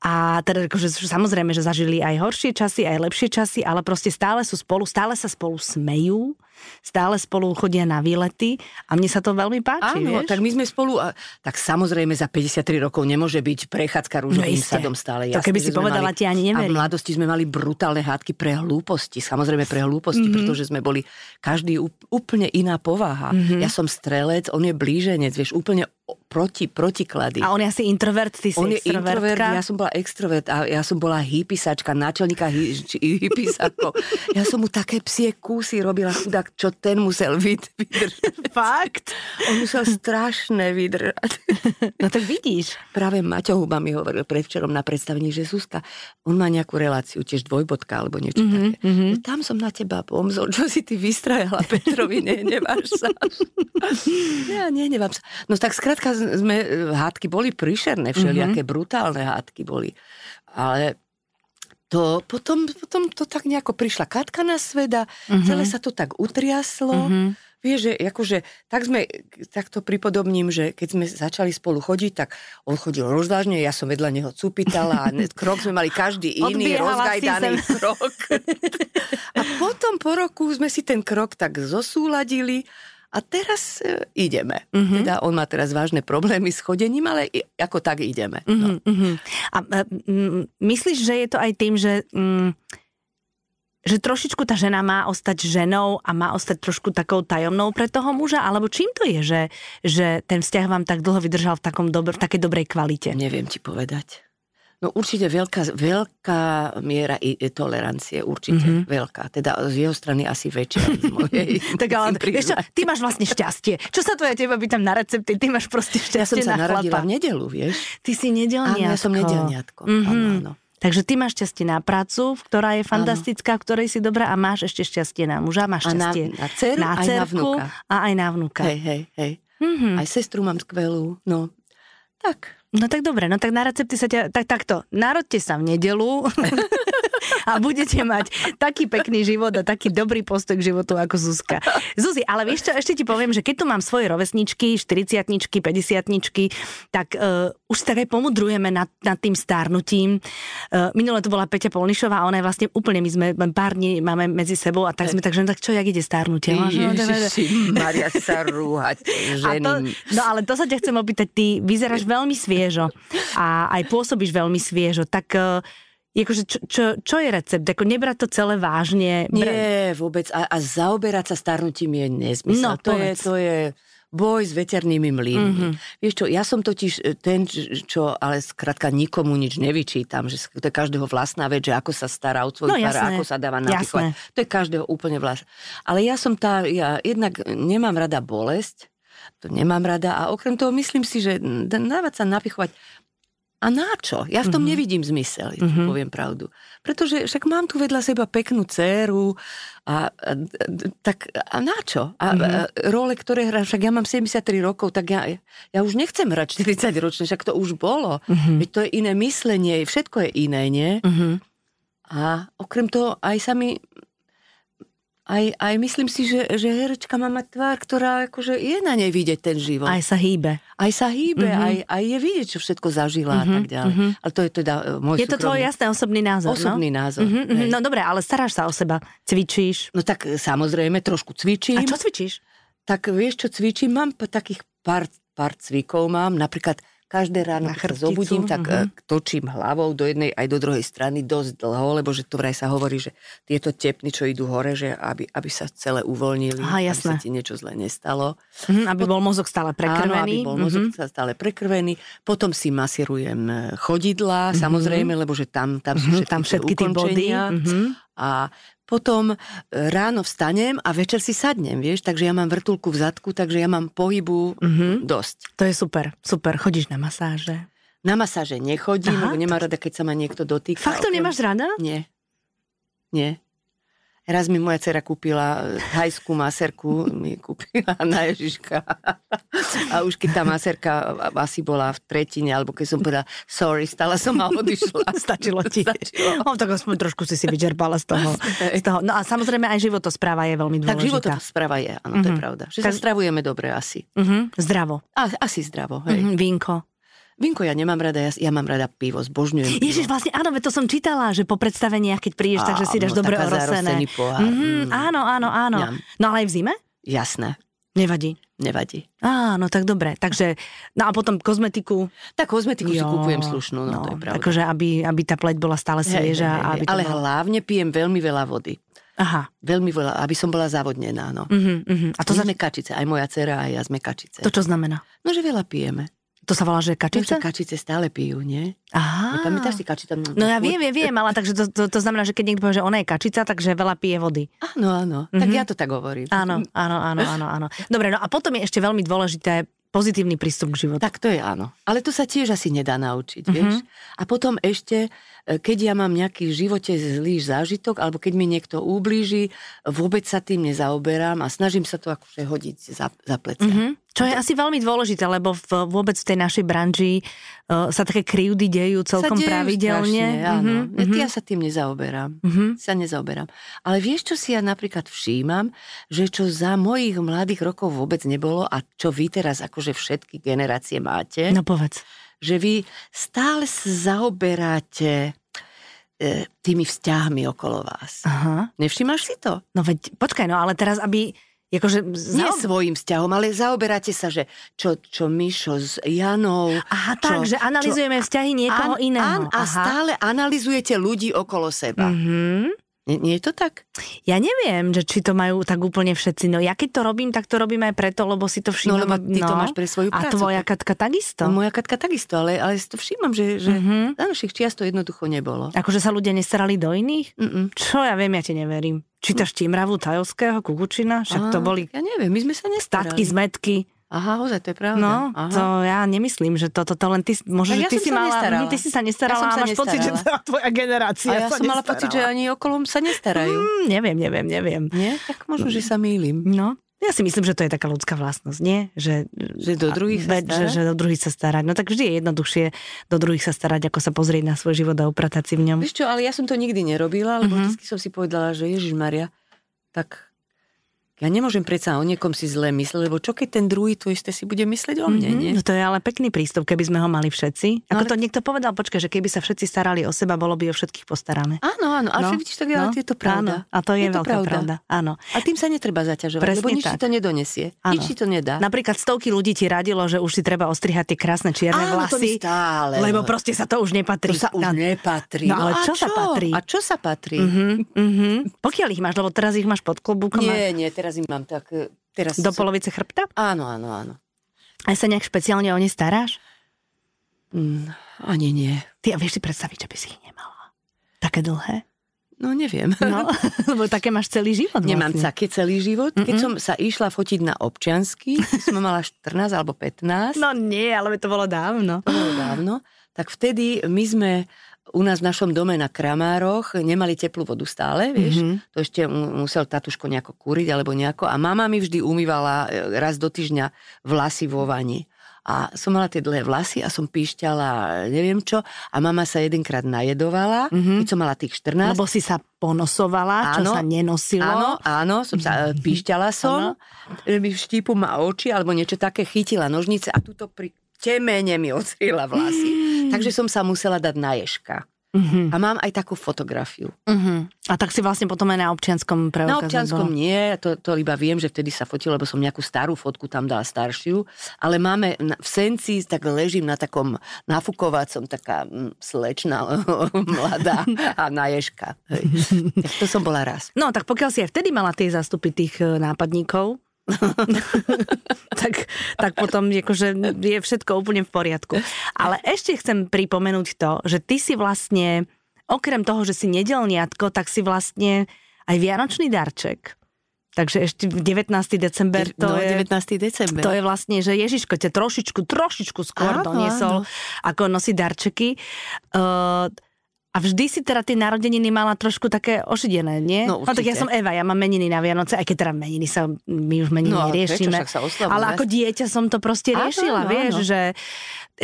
a teda akože, sú- samozrejme, že zažili aj horšie časy, aj lepšie časy, ale proste stále sú spolu, stále sa spolu smejú, stále spolu chodia na výlety a mne sa to veľmi páči,
Áno,
vieš?
tak my sme spolu, a, tak samozrejme za 53 rokov nemôže byť prechádzka rúžovým
iste.
sadom stále.
No To keby
že
si
sme
povedala, ti ani
A v
neverím.
mladosti sme mali brutálne hádky pre hlúposti, samozrejme pre hlúposti,
Mhm.
mm-hmm. pretože sme boli každý ú- úplne iná povaha.
Mhm.
Mm-hmm. Ja som strelec, on je blíženec, vieš, úplne o- proti, protiklady.
A on je asi introvert, ty si
On je introvert,
extrovertka.
ja som bola extrovert a ja som bola hypisačka, náčelníka hy, či hypisákov. Ja som mu také psie kúsy robila, chudák, čo ten musel vyd- vydržať.
Fakt?
On musel strašné vydržať.
No tak vidíš.
Práve Maťo Huba mi hovoril predvčerom na predstavení, že Zuzka, on má nejakú reláciu, tiež dvojbodka alebo niečo mm-hmm, také. Mm-hmm.
Mhm,
Tam som na teba pomzol, čo si ty vystrajala Petrovi, nehneváš sa. ja nehnevám sa. No tak skrátka z- sme, e, hádky boli príšerné, všelijaké mm-hmm. brutálne hádky boli. Ale to potom, potom to tak nejako prišla Katka na sveda,
mhm,
mm-hmm. celé sa to tak utriaslo. Mm-hmm. Vieš, že akože, tak sme, tak to pripodobním, že keď sme začali spolu chodiť, tak on chodil rozvážne, ja som vedľa neho cupitala a ne- krok sme mali každý iný,
Odbiehala si
rozgajdaný krok. A potom po roku sme si ten krok tak zosúladili a teraz e, ideme.
mhm.
Mm-hmm. Teda on má teraz vážne problémy s chodením, ale i, ako tak ideme. No.
Mm-hmm, mm-hmm. A e, mm, myslíš, že je to aj tým, že, mm, že trošičku tá žena má ostať ženou a má ostať trošku takou tajomnou pre toho muža? Alebo čím to je, že, že ten vzťah vám tak dlho vydržal v, takom dobr, v takej dobrej kvalite?
Neviem ti povedať. No určite veľká, veľká miera i- i tolerancie, určite
Mhm.
mm-hmm. veľká. Teda z jeho strany asi väčšia. z mojej,
Tak ale
musím priznať.
vieš čo, ty máš vlastne šťastie. Čo sa to ja teba pýtam na recepty? Ty máš proste šťastie
Ja som sa
na
narodila v
chlapa.
nedelu, vieš?
Ty si nedelniatko.
Áno, No, ja som nedelniatko.
Mhm.
Áno, áno.
Takže ty máš šťastie na prácu, v- ktorá je fantastická, v ktorej si dobrá a máš ešte šťastie na muža, máš
A na-
šťastie
na dceru aj na
dcerku
vnuka.
a aj na vnuka.
Hej, hej, hej.
Mhm.
Aj sestru mám skvelú. No, tak.
No tak dobre, no tak na recepty sa ťa, tak takto, narodte sa v nedelu a budete mať taký pekný život a taký dobrý postoj k životu ako Zuzka. Zuzi, ale vieš čo, ešte ti poviem, že keď tu mám svoje rovesničky, 40 50 tak uh, už sa tak aj pomudrujeme nad, nad tým stárnutím. Uh, minule to bola Peťa Polnišová a ona je vlastne úplne, my sme len pár dní máme medzi sebou a tak sme tak, že no tak čo, jak ide starnutie? Ona, že no, dobre, dobre.
Maria sa rúhať,
A to,
ženy.
no ale to sa ťa chcem opýtať, ty vyzeráš veľmi sviežo a aj pôsobíš veľmi sviežo, tak eh, akože čo, čo, čo je recept? Ako nebrať to celé vážne? Bra-
Nie, vôbec. A, a zaoberať sa starnutím je nezmysel.
No,
to, je,
povedz. Mhm.
to je boj s veternými mlynmi. Mm-hmm. Vieš čo, ja som totiž e, ten, č- čo, ale skrátka nikomu nič nevyčítam, že sk- to je každého vlastná vec, že ako sa stará o svoj
No, jasné.
ako sa dáva na
Jasné.
To je každého úplne vlastné. Ale ja som tá, ja jednak nemám rada bolesť, to nemám rada a okrem toho myslím si, že d- dávať sa napichovať a na čo? Ja v
Mhm.
tom mm-hmm. nevidím zmysel, mm-hmm. poviem pravdu. Pretože však mám tu vedľa seba peknú dceru a, a d- d- tak a na čo? A, mm-hmm. a
Mhm.
role, ktoré hrám, však ja mám 73 rokov, tak ja, ja už nechcem hrať 40 ročne, však to už bolo.
Mhm.
Mm-hmm. Veď to je iné myslenie, všetko je iné, nie?
Mhm.
A okrem toho aj sa mi Aj, aj myslím si, že, že herečka má mať tvár, ktorá akože je na nej vidieť ten život.
Aj
Aj,
sa hýbe.
aj sa hýbe,
Mhm.
mm-hmm. aj, aj je vidieť, čo všetko zažila mm-hmm. a
Mhm,
tak ďalej.
mhm.
Mm-hmm. Ale to je teda e, môj
Je to tvoj
súkromný,
jasný osobný názor,
osobný
no?
názor.
Mhm, mhm.
hej.
No dobre, ale staráš sa o seba, cvičíš.
No tak e, samozrejme, trošku cvičím.
A čo cvičíš?
Tak vieš, čo cvičím? Mám p- takých pár, pár cvikov, mám napríklad každé ráno,
Na
keď
chrbticu,
sa zobudím, tak
mhm.
mm-hmm. točím hlavou do jednej aj do druhej strany dosť dlho, lebo že to vraj sa hovorí, že tieto tepny, čo idú hore, že aby, aby sa celé uvoľnili,
Aha,
aby
jasné.
sa ti niečo zle nestalo.
Mhm, aby bol mozog stále
Áno, aby
prekrvený.
bol
Mhm.
mozog mm-hmm. stále prekrvený. Potom si masírujem e, chodidlá, mm-hmm. samozrejme, lebo že tam, tam sú
Mhm,
všetky,
Tam
tie
všetky tie body.
ukončenia.
Mhm.
A potom e, ráno vstanem a večer si sadnem, vieš, takže ja mám vrtulku v zadku, takže ja mám pohybu
Mhm.
dosť.
To je super, super. Chodíš na masáže.
Na masáže nechodím,
Aha.
lebo nemám rada, keď sa ma niekto dotýka.
Fakt to
Okrem-
nemáš rada?
Nie. Nie. Raz mi moja dcera kúpila e, thajskú maserku, mi kúpila na Ježiška. A už keď tá maserka e, asi bola v tretine, alebo keď som povedala sorry, stala som a odišla.
Stačilo ti.
Stačilo.
No, tak aspoň trošku si si vyčerpala z toho.
Hej.
z toho. No a samozrejme aj životospráva je veľmi dôležitá.
Tak životospráva je, áno, to je
Mhm.
pravda. Že sa
Tak-
stravujeme dobre asi.
Mhm, Zdravo.
A, asi zdravo, hej.
Mhm, vínko.
Vinko, ja nemám rada, ja, ja mám rada pivo, zbožňujem pivo.
Ježiš, vlastne áno, veď to som čítala, že po predstaveniach, keď prídeš,
Á,
takže si dáš
no,
dobre
taká
orosené.
zarosený pohár,
Mhm,
mm.
áno, áno, áno.
Ňam.
No ale aj v zime?
Jasné,
Nevadí.
nevadí.
Áno, tak dobre. Takže, no a potom kozmetiku.
Tak kozmetiku si
Jo,
kúpujem slušnú, no, to je pravda.
Takže aby, aby tá pleť bola stále svieža. a aby to
ale
bolo...
hlavne pijem veľmi veľa vody.
Aha.
Veľmi veľa, aby som bola zavodnená, no.
Mhm, mhm. A
A
to,
to
za...
sme kačice, aj moja dcera, aj ja sme kačice.
to čo znamená?
No, že veľa pijeme.
To sa volá, že
Čo sa
kačica?
kačice stále pijú, nie?
Aha.
Pamätáš si kačica?
No ja viem, ja viem, ale takže to, to, to znamená, že keď niekto povie, že ona je kačica, takže veľa pije vody.
Áno, áno. Tak
Mhm.
ja to tak hovorím.
Áno, áno, áno, áno, áno. Dobre, no a potom je ešte veľmi dôležité pozitívny prístup k životu.
No Tak to je áno. Ale to sa tiež asi nedá
Mhm.
naučiť, vieš. A potom ešte, e, keď ja mám nejaký v živote zlý zážitok, alebo keď mi niekto ublíži, vôbec sa tým nezaoberám a snažím sa to akože hodiť za, za plecia. Mm-hmm.
Mhm. Čo je asi veľmi dôležité, lebo v, vôbec v tej našej branži uh, sa také krivdy dejú celkom pravidelne.
Strašne, áno.
Mhm,
Mm-hmm.
mhm,
Ja sa tým nezaoberám.
mhm.
Sa nezaoberám. Ale vieš, čo si ja napríklad všímam, že čo za mojich mladých rokov vôbec nebolo a čo vy teraz akože všetky generácie máte?
No povedz.
že vy stále sa zaoberáte e, tými vzťahmi okolo vás.
Aha.
Nevšimáš si to?
No veď, počkaj, no ale teraz, aby... Akože,
Nie
zaob-
svojim vzťahom, ale zaoberáte sa, že čo, čo Mišo s Janou.
Aha,
čo,
tak, že analizujeme vzťahy niekoho
an, An, a
iného. Aha.
stále analizujete ľudí okolo seba. Mm.
Mhm.
Nie, nie je to tak?
Ja neviem, že či to majú tak úplne všetci. No ja keď to robím, tak to robím aj preto, lebo si to všímam.
No lebo ty to máš pre svoju
A
prácu.
tvoja Katka takisto.
No, moja Katka takisto, ale, ale si to všímam, že, že
Mhm.
za našich čias to jednoducho nebolo.
Akože sa ľudia nestarali do iných?
Mm-mm.
Čo ja viem, ja ti neverím. Čítaš Čimravu, Tajovského, Kukučina? Však
No. Á,
to boli
Ja neviem, my sme sa nestarali.
statky, zmetky.
Aha, ozaj, to je pravda.
No,
Aha.
to ja nemyslím, že toto to len ty, možno,
Tak
že
ja
ty
som
si
sa
mala,
nestarala.
mhm, ty si sa nestarala
Ja som
a
sa
máš pocit, že
nestarala.
tvoja generácia
A ja
sa
som mala pocit, že
nestarala.
ani okolom sa nestarajú.
Mm, neviem, neviem, neviem.
Nie? Tak možno, že sa mýlim.
No, ja si myslím, že to je taká ľudská vlastnosť, nie? Že,
Že do druhých sa
Veď, že,
starať?
že do druhých sa starať. No tak vždy je jednoduchšie do druhých sa starať, ako sa pozrieť na svoj život a upratať si v ňom.
Mm. Vieš čo, ale ja som to nikdy nerobila, lebo
Mhm.
mm-hmm. vždy som si povedala, že Ježiš Maria, tak ja nemôžem predsa o niekom si zle mysleť, lebo čo keď ten druhý to isté si bude myslieť o mne,
Mhm,
nie?
No to je ale pekný prístup, keby sme ho mali všetci.
No
Ako
ale-
to niekto povedal, počkaj, že keby sa všetci starali o seba, bolo by o všetkých postarané.
Áno, áno, ale
No,
no, vidíš, tak no, je to pravda.
Áno, a to
Je
je,
to
veľká pravda.
pravda.
Áno.
A tým sa netreba zaťažovať,
Presne
lebo nič
tak.
ti to nedonesie.
Áno.
Nič ti to nedá.
Napríklad stovky ľudí ti radilo, že už si treba ostrihať tie krásne čierne
áno, to mi
vlasy,
stále.
lebo proste sa to už nepatrí.
to sa už
Áno.
nepatrí.
No, ale
a
čo sa patrí?
A čo sa patrí?
Mhm, mhm. Pokiaľ ich máš, lebo teraz ich máš pod klobúkom a
Nie, nie, teraz im mám tak... e, Teraz
do
sú-
polovice chrbta?
Áno, áno, áno.
A sa nejak špeciálne o ne staráš?
Mm, ani nie.
Ty a vieš si predstaviť, že by si ich nemala. Také dlhé?
No neviem.
No, lebo také máš celý život
Nemám
vlastne.
caky celý život. Keď som sa išla fotiť na občiansky, keď som mala 14 alebo 15, no.
No nie, ale to bolo dávno.
to bolo dávno, tak vtedy my sme u nás v našom dome na Kramároch nemali teplú vodu stále, vieš.
Mhm.
To ešte mu- musel tatuško nejako kúriť alebo nejako. A mama mi vždy umývala e, raz do týždňa vlasy vo vani. A som mala tie dlhé vlasy a som píšťala neviem čo a mama sa jedenkrát najedovala,
Mhm.
mm-hmm. keď som mala tých 14.
Lebo si sa ponosovala, čo
Áno,
sa nenosilo.
Áno, áno, som sa, e, píšťala som, že mi štípu ma oči alebo niečo také, chytila nožnice a tuto pri temene mi odstriela vlasy. Takže som sa musela dať na ježka.
Mhm.
A mám aj takú fotografiu.
Uh-huh. A tak si vlastne potom aj na občianskom preukaze
Na občianskom
bola.
nie, to, to iba viem, že vtedy sa fotil, lebo som nejakú starú fotku tam dala staršiu, ale máme na- v senci, tak ležím na takom nafukovacom, taká mm, slečna mladá a na ježka. Hej. Tak to som bola raz.
No, tak pokiaľ si aj vtedy mala tie zástupy tých e, nápadníkov, tak, tak potom akože je všetko úplne v poriadku. Ale ešte chcem pripomenúť to, že ty si vlastne, okrem toho, že si nedelniatko, tak si vlastne aj vianočný darček. Takže ešte 19. december to
no,
je...
19. december.
To je vlastne, že Ježiško ťa trošičku, trošičku
Áno,
skôr
áno.
doniesol, ako nosí darčeky. Uh, a vždy si teda tie narodeniny mala trošku také ošidené, nie?
No,
tak ja
určite.
som Eva, ja mám meniny na Vianoce, aj keď teda meniny sa, my už meniny
No, ale prečo,
riešime.
však sa oslavujú,
ale
jasne.
ako dieťa som to proste
Áno,
riešila,
áno,
vieš,
áno.
že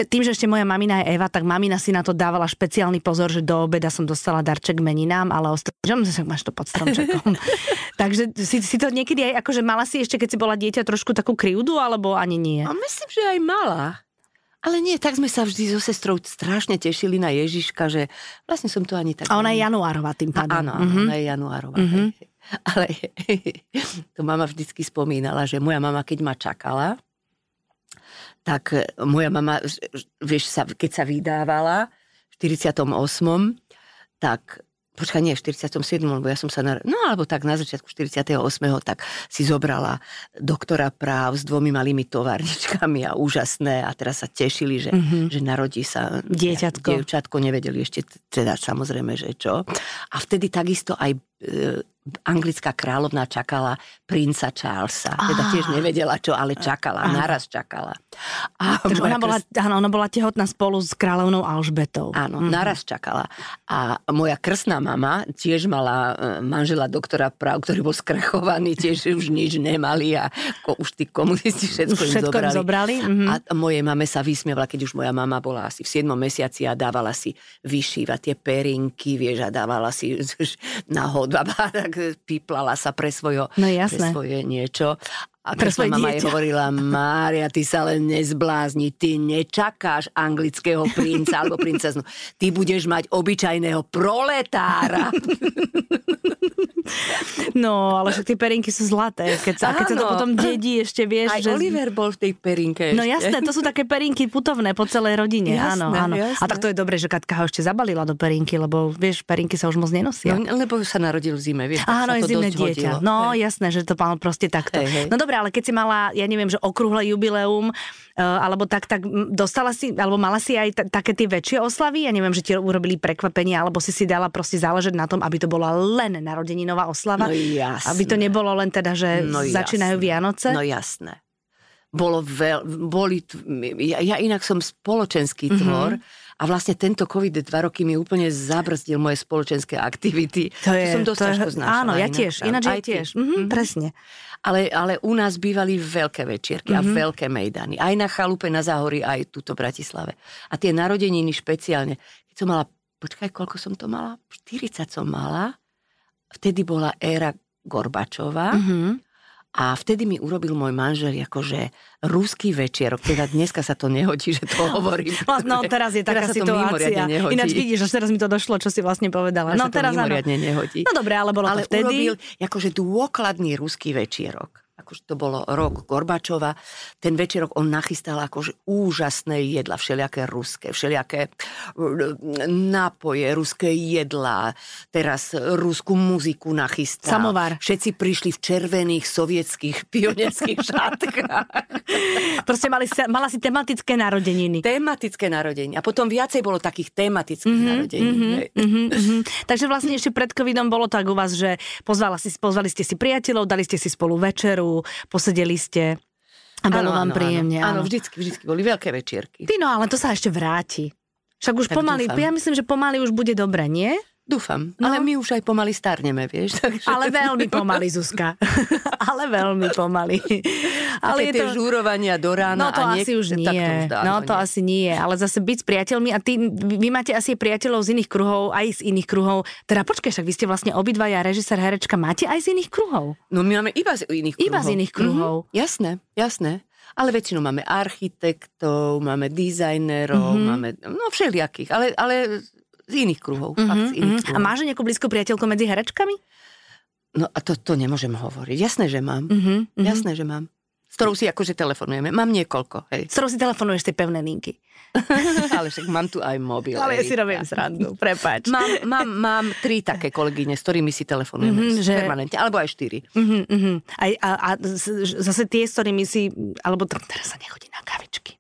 tým, že ešte moja mamina je Eva, tak mamina si na to dávala špeciálny pozor, že do obeda som dostala darček meninám, ale ostrom, že "No, však máš to pod stromčekom. Takže si, si to niekedy aj, akože mala si ešte, keď si bola dieťa, trošku takú krivdu, alebo ani nie?
A myslím, že aj malá. Ale nie, tak sme sa vždy so sestrou strašne tešili na Ježiška, že vlastne som to ani tak...
A ona je januárová tým
A-
pádom.
Áno, áno,
Mhm.
ona je januárová.
Mhm.
hej, hej. Ale to mama vždycky spomínala, že moja mama, keď ma čakala, tak eh, moja mama, ž- ž- vieš, sa, keď sa vydávala v 48., tak počkaj, nie, v 47., lebo ja som sa, nar- no alebo tak na začiatku 48., tak si zobrala doktora práv s dvomi malými továrničkami a úžasné a teraz sa tešili, že,
Mhm.
že narodí sa
Dieťatko.
Dievčatko, nevedeli ešte t- teda samozrejme, že čo. A vtedy takisto aj e, anglická kráľovná čakala princa Charlesa. Teda
Á.
tiež nevedela čo, ale čakala,
Áno.
naraz čakala. A
Takže
moja
ona bola,
krst-
áno, ona bola tehotná spolu s kráľovnou Alžbetou.
Áno,
Mhm.
naraz čakala. A moja krsná mama tiež mala e, manžela doktora práv, ktorý bol skrachovaný, tiež už nič nemali a ko, už tí komunisti všetko,
Už všetko im
im zobrali.
zobrali. mhm.
A t- mojej mame sa vysmievala, keď už moja mama bola asi v 7 mesiaci a dávala si vyšívať tie perinky, vieš, a dávala si nahod a tak píplala sa pre svojo,
No
pre
jasné.
svoje niečo. A pre
Pre svoje
svoje mama jej
dieťa.
hovorila, Mária, ty sa len nezblázni, ty nečakáš anglického princa alebo princeznu. Ty budeš mať obyčajného proletára.
No, ale však tie perinky sú zlaté. Keď sa, a keď sa to
Áno.
potom dedí, ešte vieš,
Aj
že...
Oliver bol v tej perinke
No
ešte.
jasné, to sú také perinky putovné po celej rodine,
Jasné,
áno, áno. A
jasné.
tak to je dobre, že Katka ho ešte zabalila do perinky, lebo vieš, perinky sa už moc nenosia.
No, lebo sa narodil v zime, vieš, tak
Áno,
sa
je
to
zimné
dosť
dieťa.
hodilo.
No jasné, že to mal proste takto.
Hej, hej.
No dobre, ale keď si mala, ja neviem, že okrúhle jubileum, eh, alebo tak, tak mm, dostala si, alebo mala si aj t- také tie väčšie oslavy, ja neviem, že ti urobili prekvapenie, alebo si si dala proste záležať na tom, aby to bola len narodeninová oslava.
No jasné.
Aby to nebolo len teda, že
No
začínajú
jasné.
Vianoce.
No jasné. Bolo veľ, boli, t- ja, ja inak som spoločenský
Mhm.
tvor a vlastne tento COVID dva roky mi úplne zabrzdil moje spoločenské aktivity. som dosť ťažko znášala.
Áno, ja
inak,
tiež,
tam.
ináč ja
Aj ty.
tiež. Mhm, presne.
Ale, ale u nás bývali veľké večierky
Mhm.
mm-hmm. a veľké mejdany. Aj na chalupe, na Záhori, aj tuto v Bratislave. A tie narodeniny špeciálne. Keď som mala, počkaj, koľko som to mala? 40 som mala. Vtedy bola éra Gorbačova.
Mhm.
A vtedy mi urobil môj manžel akože ruský večierok. Teda dneska sa to nehodí, že to hovorím.
No, no teraz je taká
teraz sa to
situácia.
mimoriadne nehodí.
Ináč vidíš, až teraz mi to došlo, čo si vlastne
Teraz
povedala. no
sa to
teraz áno.
mimoriadne nehodí.
No dobre, ale bolo
Ale
to vtedy.
urobil akože dôkladný ruský večierok. Akože to bolo rok Gorbačova. Ten večerok on nachystal akože úžasné jedla, všelijaké ruské, všelijaké mm, nápoje, ruské jedlá. Teraz ruskú muziku nachystal.
Samovar.
Všetci prišli v červených sovietských pionierských šatkách.
Proste mali, sa- mala si tematické narodeniny.
Tematické narodenie. A potom viacej bolo takých tematických mm-hmm, narodení.
Mhm,
hej.
mhm, mhm. Takže vlastne ešte pred covidom bolo tak u vás, že pozvala si, pozvali ste si priateľov, dali ste si spolu večeru, posedeli ste a bolo
Áno,
vám
áno,
príjemne.
Áno, áno vždycky, vždycky boli veľké večierky.
Ty no, ale to sa ešte vráti. Však už
Tak
pomaly,
dúfam.
ja myslím, že pomaly už bude dobre, nie?
Dúfam, no. ale my už aj pomaly starneme, vieš. Takže...
Ale veľmi pomaly, Zuzka. ale veľmi pomaly.
Ale je tie to... žúrovania do rána.
No to
a
niek- asi už nie. už dá, no to nie. asi nie. Ale zase byť s priateľmi a ty, vy máte asi priateľov z iných kruhov, aj z iných kruhov. Teda počkaj, však vy ste vlastne obidvaja režisér, herečka, máte aj z iných kruhov?
No my máme iba z iných kruhov.
Iba z iných kruhov.
Mm-hmm. Jasné, jasné. Ale väčšinou máme architektov, máme dizajnerov,
Mhm.
mm-hmm. máme no všelijakých, ale, ale z iných kruhov.
Mhm,
Mm-hmm, fakt z iných mm-hmm.
kruhov. A máš nejakú blízku priateľku medzi herečkami?
No a to, to nemôžem hovoriť. Jasné, že mám.
Mhm,
Mm-hmm, Jasné, že mám. S ktorou si akože telefonujeme. Mám niekoľko. Hej.
S ktorou si telefonuješ tie pevné linky.
ale však mám tu aj mobil.
Ale ja si robím srandu, prepač.
Mám, mám, mám tri také kolegyne, s ktorými si telefonujeme
Mhm,
mm-hmm, že... permanentne, alebo aj štyri.
Mm-hmm, mm-hmm. A, a, a zase tie, s ktorými si, alebo teraz sa nechodí na kavičky.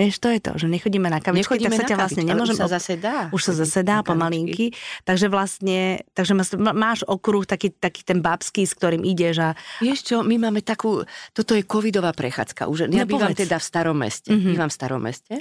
Vieš, to je to, že nechodíme na kavičky, nechodíme tak sa ťa kavičky, vlastne nemôžem...
Už sa zase dá.
Už sa zase dá pomalinky. Takže vlastne, takže máš okruh taký, taký ten babský, s ktorým ideš a...
Vieš čo, my máme takú, toto je covidová prechádzka. Už, ja no, bývam povedz. teda v starom meste.
Mhm.
Mm-hmm. Bývam v starom meste.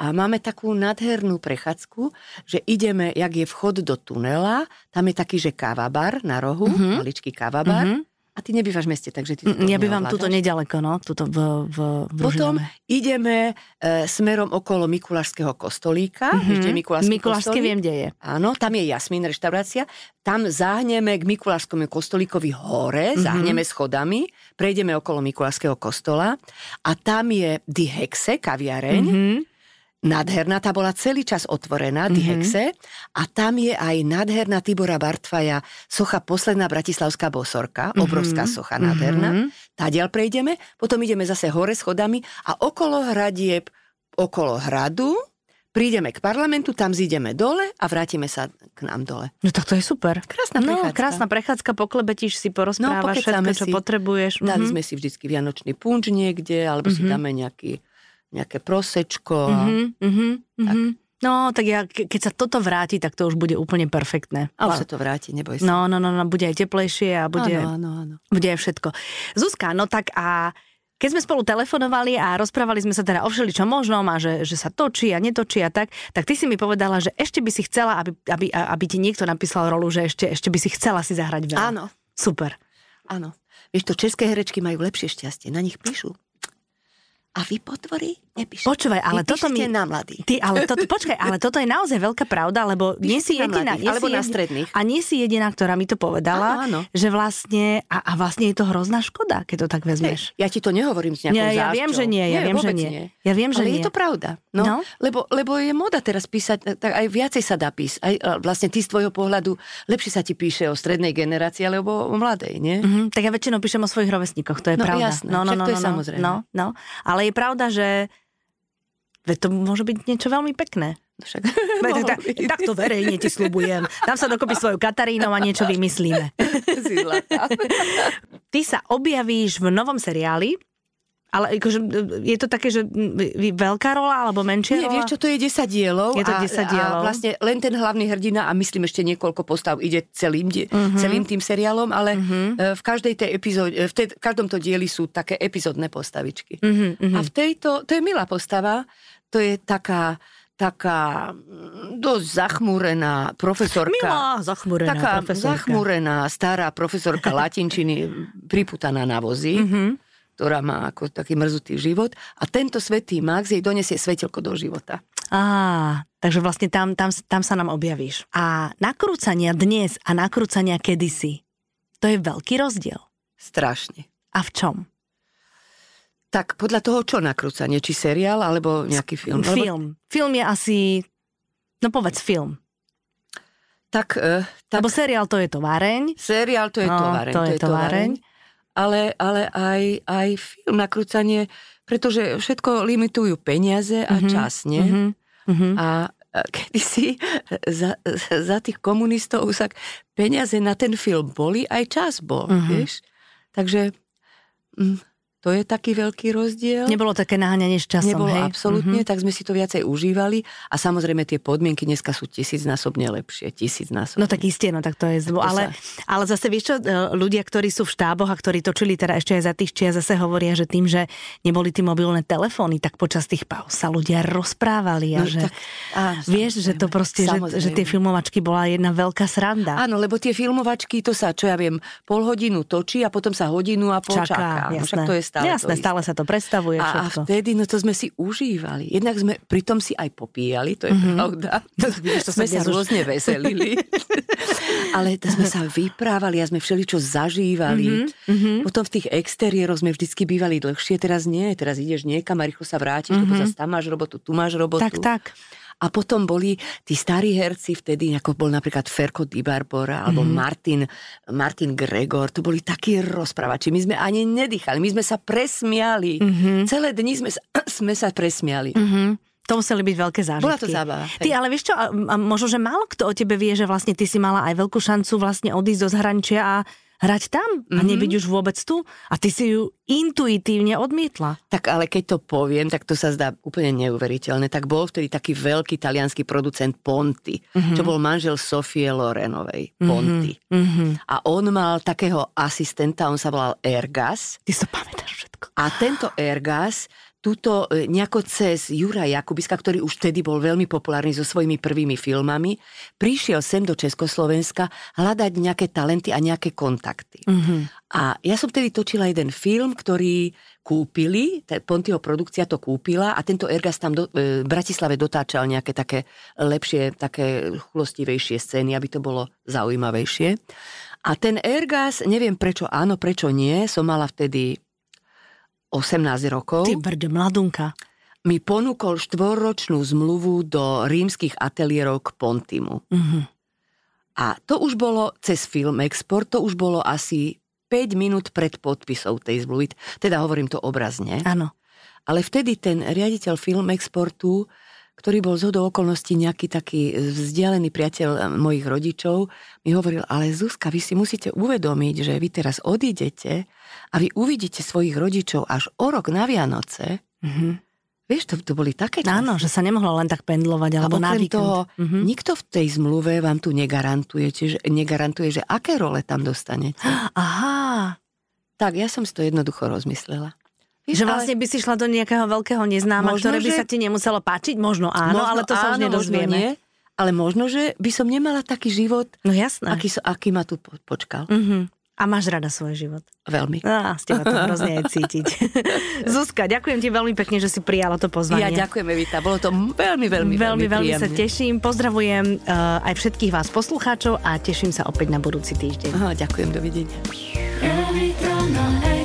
A máme takú nádhernú prechádzku, že ideme, jak je vchod do tunela, tam je taký, že kávabar na rohu, mm-hmm.
Mhm.
maličký kávabar. Mm-hmm. A ty nebývaš v meste, takže ty
to Ja bývam tuto nedaleko, no, tuto v, v, v
Potom Ružinome. ideme e, smerom okolo Mikulášského kostolíka. Mm-hmm. Ešte Mikulášský
Mikulášsky
kostolík.
Mhm. viem, kde je.
Áno, tam je Jasmín reštaurácia. Tam záhneme k Mikulášskému kostolíkovi hore, mm-hmm. záhneme schodami, prejdeme okolo Mikulášského kostola a tam je The Hexe, kaviareň.
Mhm.
Mm-hmm nádherná, tá bola celý čas otvorená, mm-hmm. Dihexe, a tam je aj nádherná Tibora Bartvaja, socha posledná bratislavská bosorka, mm-hmm. obrovská socha, nádherná.
Mhm.
Mm-hmm. Tadiaľ prejdeme, potom ideme zase hore schodami a okolo hradieb, okolo hradu, prídeme k parlamentu, tam zídeme dole a vrátime sa k nám dole.
No tak to je super.
Krásna
no,
prechádzka.
krásna prechádzka, poklebetíš si, porozprávaš no, všetko, čo si, potrebuješ. Mhm.
Dali mm-hmm. sme si vždycky vianočný punč niekde, alebo mm-hmm. si dáme nejaký nejaké prosečko.
Mm-hmm, mm-hmm, tak. No, tak ja, keď sa toto vráti, tak to už bude úplne perfektné.
A už sa to vráti, neboj sa.
No, no, no, no bude aj teplejšie a bude,
áno, áno, áno.
bude aj všetko. Zuzka, no tak a keď sme spolu telefonovali a rozprávali sme sa teda o všeličom možnom a že, že sa točí a netočí a tak, tak ty si mi povedala, že ešte by si chcela, aby, aby, aby ti niekto napísal rolu, že ešte, ešte by si chcela si zahrať veľa.
Áno.
Super.
Áno. Vieš, to české herečky majú lepšie šťastie, na nich píšu a vy potvory nepíšte.
Počúvaj, ale vy toto mi...
na mladých.
Ty, ale toto, počkaj, ale toto je naozaj veľká pravda, lebo píšte nie si jediná...
Mladých, nie alebo si na stredných.
A nie si jediná, ktorá mi to povedala, áno, áno. že vlastne... A, a vlastne je to hrozná škoda, keď to tak vezmeš.
Hey, ja ti to nehovorím s nejakou
nie, ja, ja viem, že nie, ja
nie,
viem, že nie. nie. Ja viem, že
ale
nie.
je to pravda. No, no? Lebo, lebo je moda teraz písať, e, tak aj viacej sa dá písať. Aj, vlastne ty z tvojho pohľadu lepšie sa ti píše o strednej generácii alebo o mladej, nie?
Mm-hmm, tak ja väčšinou píšem o svojich rovesníkoch, to je
no,
pravda.
Jasné, no, no, no, to je no, samozrejme.
No, no. Ale ale je pravda, že Veď to môže byť niečo veľmi pekné.
No Však,
Veď, tak, tak to verejne ti slúbujem. Dám sa dokopy svoju Katarínou a niečo vymyslíme. Ty sa objavíš v novom seriáli, ale akože, je to také, že veľká rola alebo menšia
Nie,
rola?
vieš čo, to je 10 dielov.
Je to 10
A
dielov.
vlastne len ten hlavný hrdina a myslím ešte niekoľko postav ide celým, die,
Mhm.
uh-huh. celým tým seriálom, ale uh-huh. v každej tej epizóde, e, v, tej, v každom to dieli sú také epizódne postavičky.
Mhm,
Uh-huh, uh-huh. A v tejto, to je milá postava, to je taká taká mm, dosť zachmúrená profesorka.
Milá, zachmúrená
taká
profesorka.
zachmúrená stará profesorka latinčiny, priputaná na vozy.
Mhm.
Uh-huh ktorá má ako taký mrzutý život a tento svetý Max jej donesie svetelko do života.
Á, takže vlastne tam, tam, tam sa nám objavíš. A nakrúcania dnes a nakrúcania kedysi, to je veľký rozdiel.
Strašne.
A v čom?
Tak podľa toho, čo nakrúcanie, či seriál, alebo nejaký film.
Film. Lebo... Film je asi, no povedz film.
Tak, uh, tak...
Lebo seriál to je továreň.
Seriál to je no, továreň.
To je, to je továreň. továreň
ale, ale aj, aj film nakrúcanie, pretože všetko limitujú peniaze a mm-hmm. čas, nie?
mhm.
Mm-hmm. A kedysi za, za tých komunistov sa peniaze na ten film boli, aj čas bol, mm-hmm. vieš? Takže To je taký veľký rozdiel.
Nebolo také naháňanie s časom,
Nebolo
hej? Mhm.
absolútne, tak sme si to viacej užívali a samozrejme tie podmienky dneska sú tisícnásobne lepšie, tisícnásobne.
No tak isté, no tak to je zlo.
to
Ale, ale zase vieš čo, e, ľudia, ktorí sú v štáboch a ktorí točili teda ešte aj za tých čia, zase hovoria, že tým, že neboli tie mobilné telefóny, tak počas tých pauz sa ľudia rozprávali
No,
a že...
tak, áno,
Vieš, že to
samozrejme,
proste, že, že
samozrejme.
tie filmovačky bola jedna veľká sranda.
Áno, lebo tie filmovačky, to sa, čo ja viem, pol hodinu točí a potom sa hodinu a pol čaká. No, však
jasné.
to je stále
jasné,
to isté.
stále sa to
a,
predstavuje
a
všetko.
vtedy, no to sme si užívali. Jednak sme pritom si aj popíjali, to je mm-hmm. pravda.
vidíš, Mhm. to sa
sme sa
dnes už-
rôzne veselili. Ale to sme sa vyprávali a sme všeličo
Mhm,
zažívali. Mm-hmm. Potom v tých exteriéroch sme vždycky bývali dlhšie, teraz nie. Teraz ideš niekam a rýchlo sa vrátiš, mm-hmm. lebo zase tam máš robotu, tu máš robotu.
Mhm. Tak, tak.
A potom boli tí starí herci vtedy, ako bol napríklad Ferko Di Barbora alebo mm. Martin, Martin Gregor, to boli takí rozprávači. My sme ani nedýchali, my sme sa presmiali. Mm-hmm. Celé dni sme sa, sme sa presmiali. Mm.
Mhm. To museli byť veľké zážitky.
Bola to zábava, hej.
Ty, ale vieš čo, a, a možno, že málo kto o tebe vie, že vlastne ty si mala aj veľkú šancu vlastne odísť do zahraničia a hrať tam
Mhm.
a nebyť už vôbec tu. A ty si ju intuitívne odmietla.
Tak ale keď to poviem, tak to sa zdá úplne neuveriteľné. Tak bol vtedy taký veľký talianský producent Ponty, mm-hmm. čo bol manžel Sofie Lorenovej, Ponty. Mm-hmm.
Mhm.
A on mal takého asistenta, on sa volal Ergas.
Ty si to pamätáš všetko.
A tento Ergas tuto e, nejako cez Jura Jakubiska, ktorý už vtedy bol veľmi populárny so svojimi prvými filmami, prišiel sem do Československa hľadať nejaké talenty a nejaké kontakty.
Mhm.
A ja som vtedy točila jeden film, ktorý kúpili, tá Pontyho produkcia to kúpila a tento Ergas tam do, e, v Bratislave dotáčal nejaké také lepšie, také chulostivejšie scény, aby to bolo zaujímavejšie. A ten Ergas, neviem prečo áno, prečo nie, som mala vtedy 18 rokov
Ty brde, mladunka.
mi ponúkol štvorročnú zmluvu do rímskych ateliérov k Pontimu.
Mhm.
A to už bolo cez Film Export, to už bolo asi 5 minút pred podpisou tej zmluvy. Teda hovorím to obrazne.
Áno.
Ale vtedy ten riaditeľ Film Exportu, ktorý bol zhodou okolností nejaký taký vzdialený priateľ eh, mojich rodičov, mi hovoril, ale Zuzka, vy si musíte uvedomiť, že vy teraz odídete a vy uvidíte svojich rodičov až o rok na Vianoce.
Mhm.
Vieš, to, to boli také časy.
Áno, že sa nemohla len tak pendlovať
a
alebo na
okrem
víkend.
toho,
Mhm.
nikto v tej zmluve vám tu negarantuje, čiže, negarantuje, že aké role tam dostanete.
Aha,
Tak, ja som si to jednoducho rozmyslela.
že
ale-
vlastne by si šla do nejakého veľkého neznáma,
Možno,
ktoré by
že-
sa ti nemuselo páčiť, možno áno,
možno
ale to sa už
áno,
nedozvieme.
Možno nie, ale možno, že by som nemala taký život,
No jasné.
aký, so, aký ma tu po- počkal.
Uh-huh. A máš rada svoj život.
Veľmi.
Á, z teba to hrozne aj cítiť. Zuzka, ďakujem ti veľmi pekne, že si prijala to pozvanie.
Ja ďakujem, Evita. Bolo to veľmi, veľmi,
Veľmi, veľmi
príjemne.
sa teším. Pozdravujem uh, aj všetkých vás poslucháčov a teším sa opäť na budúci týždeň.
Aha, ďakujem, dovidenia.
Evita na